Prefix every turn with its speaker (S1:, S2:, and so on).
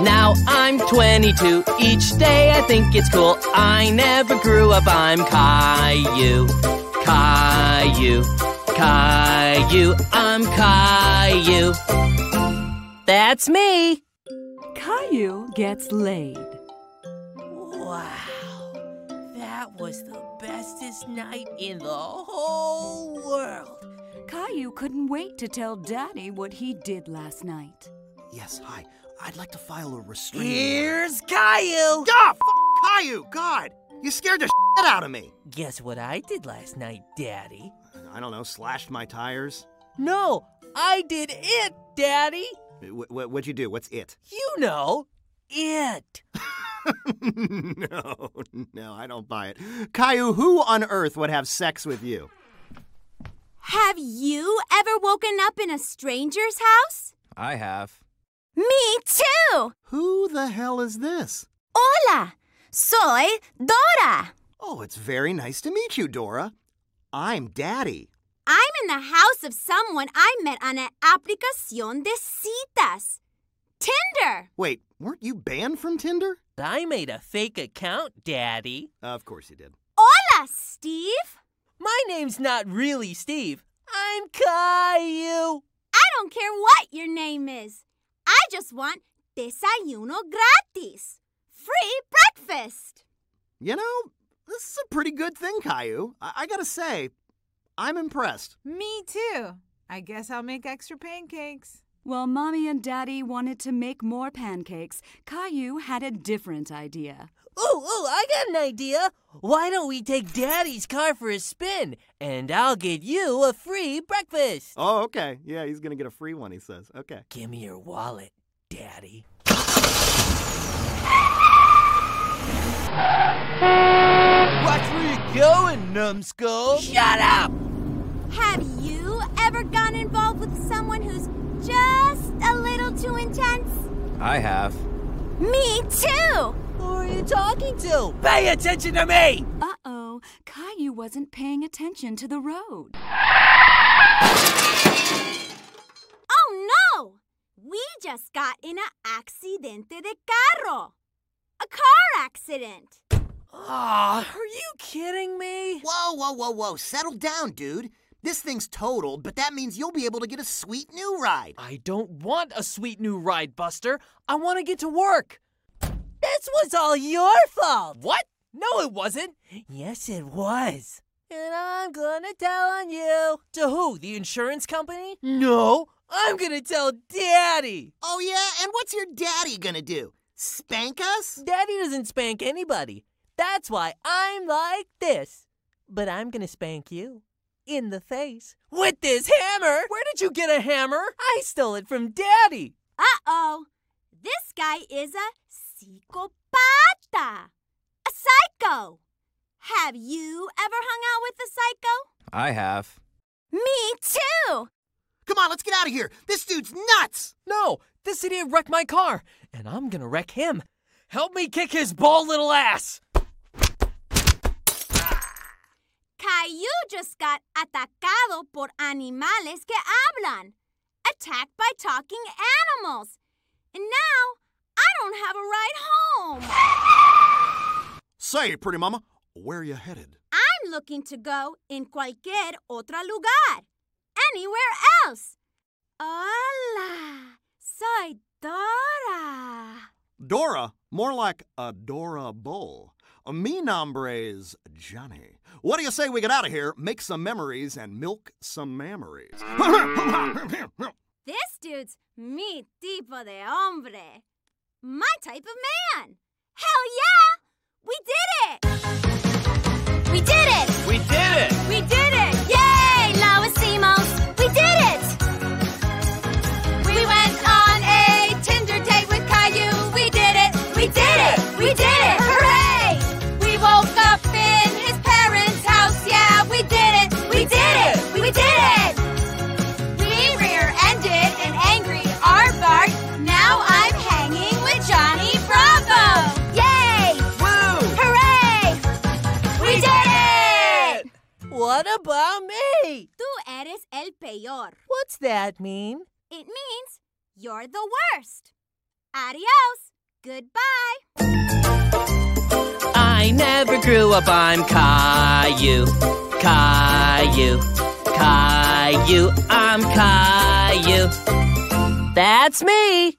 S1: Now I'm 22. Each day I think it's cool. I never grew up. I'm Caillou. Caillou. Caillou. I'm Caillou. That's me.
S2: Caillou gets laid.
S1: Wow. That was the bestest night in the whole world.
S2: Caillou couldn't wait to tell Daddy what he did last night.
S3: Yes, hi. I'd like to file a restraining order.
S1: Here's Caillou.
S3: Ah, f- Caillou, God! You scared the shit out of me.
S1: Guess what I did last night, Daddy?
S3: I don't know, slashed my tires.
S1: No, I did it, Daddy.
S3: Wh- wh- what'd you do? What's it?
S1: You know, it.
S3: no, no, I don't buy it. Caillou, who on earth would have sex with you?
S4: Have you ever woken up in a stranger's house?
S5: I have.
S4: Me too!
S3: Who the hell is this?
S4: Hola! Soy Dora!
S3: Oh, it's very nice to meet you, Dora. I'm Daddy.
S4: I'm in the house of someone I met on an aplicación de citas. Tinder!
S3: Wait, weren't you banned from Tinder?
S1: I made a fake account, Daddy.
S3: Of course you did.
S4: Hola, Steve!
S1: My name's not really Steve. I'm Caillou.
S4: I don't care what your name is. I just want desayuno gratis. Free breakfast.
S3: You know, this is a pretty good thing, Caillou. I, I gotta say, I'm impressed.
S6: Me too. I guess I'll make extra pancakes.
S2: While Mommy and Daddy wanted to make more pancakes, Caillou had a different idea.
S1: Ooh, ooh, I got an idea. Why don't we take Daddy's car for a spin and I'll get you a free breakfast?
S3: Oh, okay. Yeah, he's gonna get a free one, he says. Okay.
S1: Give me your wallet, Daddy.
S5: Watch where you're going, numbskull.
S1: Shut up!
S4: Have you ever gotten involved with someone who's just a little too intense?
S5: I have.
S4: Me too! Oh,
S1: Who are you talking to? Pay attention to me!
S2: Uh oh, Caillou wasn't paying attention to the road.
S4: Oh no! We just got in an accidente de carro. A car accident.
S1: Aw, Ah, are you kidding me?
S7: Whoa, whoa, whoa, whoa. Settle down, dude. This thing's totaled, but that means you'll be able to get a sweet new ride.
S1: I don't want a sweet new ride, Buster. I want to get to work. This was all your fault. What? No, it wasn't. Yes, it was. And I'm gonna tell on you. To who? The insurance company? No, I'm gonna tell Daddy.
S7: Oh, yeah? And what's your daddy gonna do? Spank us?
S1: Daddy doesn't spank anybody. That's why I'm like this. But I'm gonna spank you. In the face. With this hammer! Where did you get a hammer? I stole it from Daddy.
S4: Uh oh. This guy is a psychopata. A psycho. Have you ever hung out with a psycho?
S5: I have.
S4: Me too!
S7: Come on, let's get out of here. This dude's nuts.
S1: No, this idiot wrecked my car, and I'm gonna wreck him. Help me kick his bald little ass!
S4: Caillou just got atacado por animales que hablan. Attacked by talking animals. And now, I don't have a ride home.
S3: Say, pretty mama, where you headed?
S4: I'm looking to go in cualquier otro lugar. Anywhere else. Hola, soy Dora.
S3: Dora, more like adorable. Mi nombre's Johnny. What do you say we get out of here, make some memories, and milk some memories?
S4: This dude's mi tipo de hombre. My type of man. Hell yeah! We did it! We did it!
S5: We did it!
S4: We did it! Yay, Loisimos! We did it! We went on a Tinder date with Caillou. We did it! We did it! We did it! Hooray! We woke up in his parents' house. Yeah, we did it! We did it! We did it! We rear-ended an angry aardvark. Now I'm hanging with Johnny Bravo. Yay!
S1: Woo!
S4: Hooray! We did it!
S1: What about me?
S4: Tú eres el peor.
S1: What's that mean?
S4: It means you're the worst. Adios. Goodbye.
S1: I never grew up, I'm Caillou. Caillou. Caillou. I'm Caillou. That's me.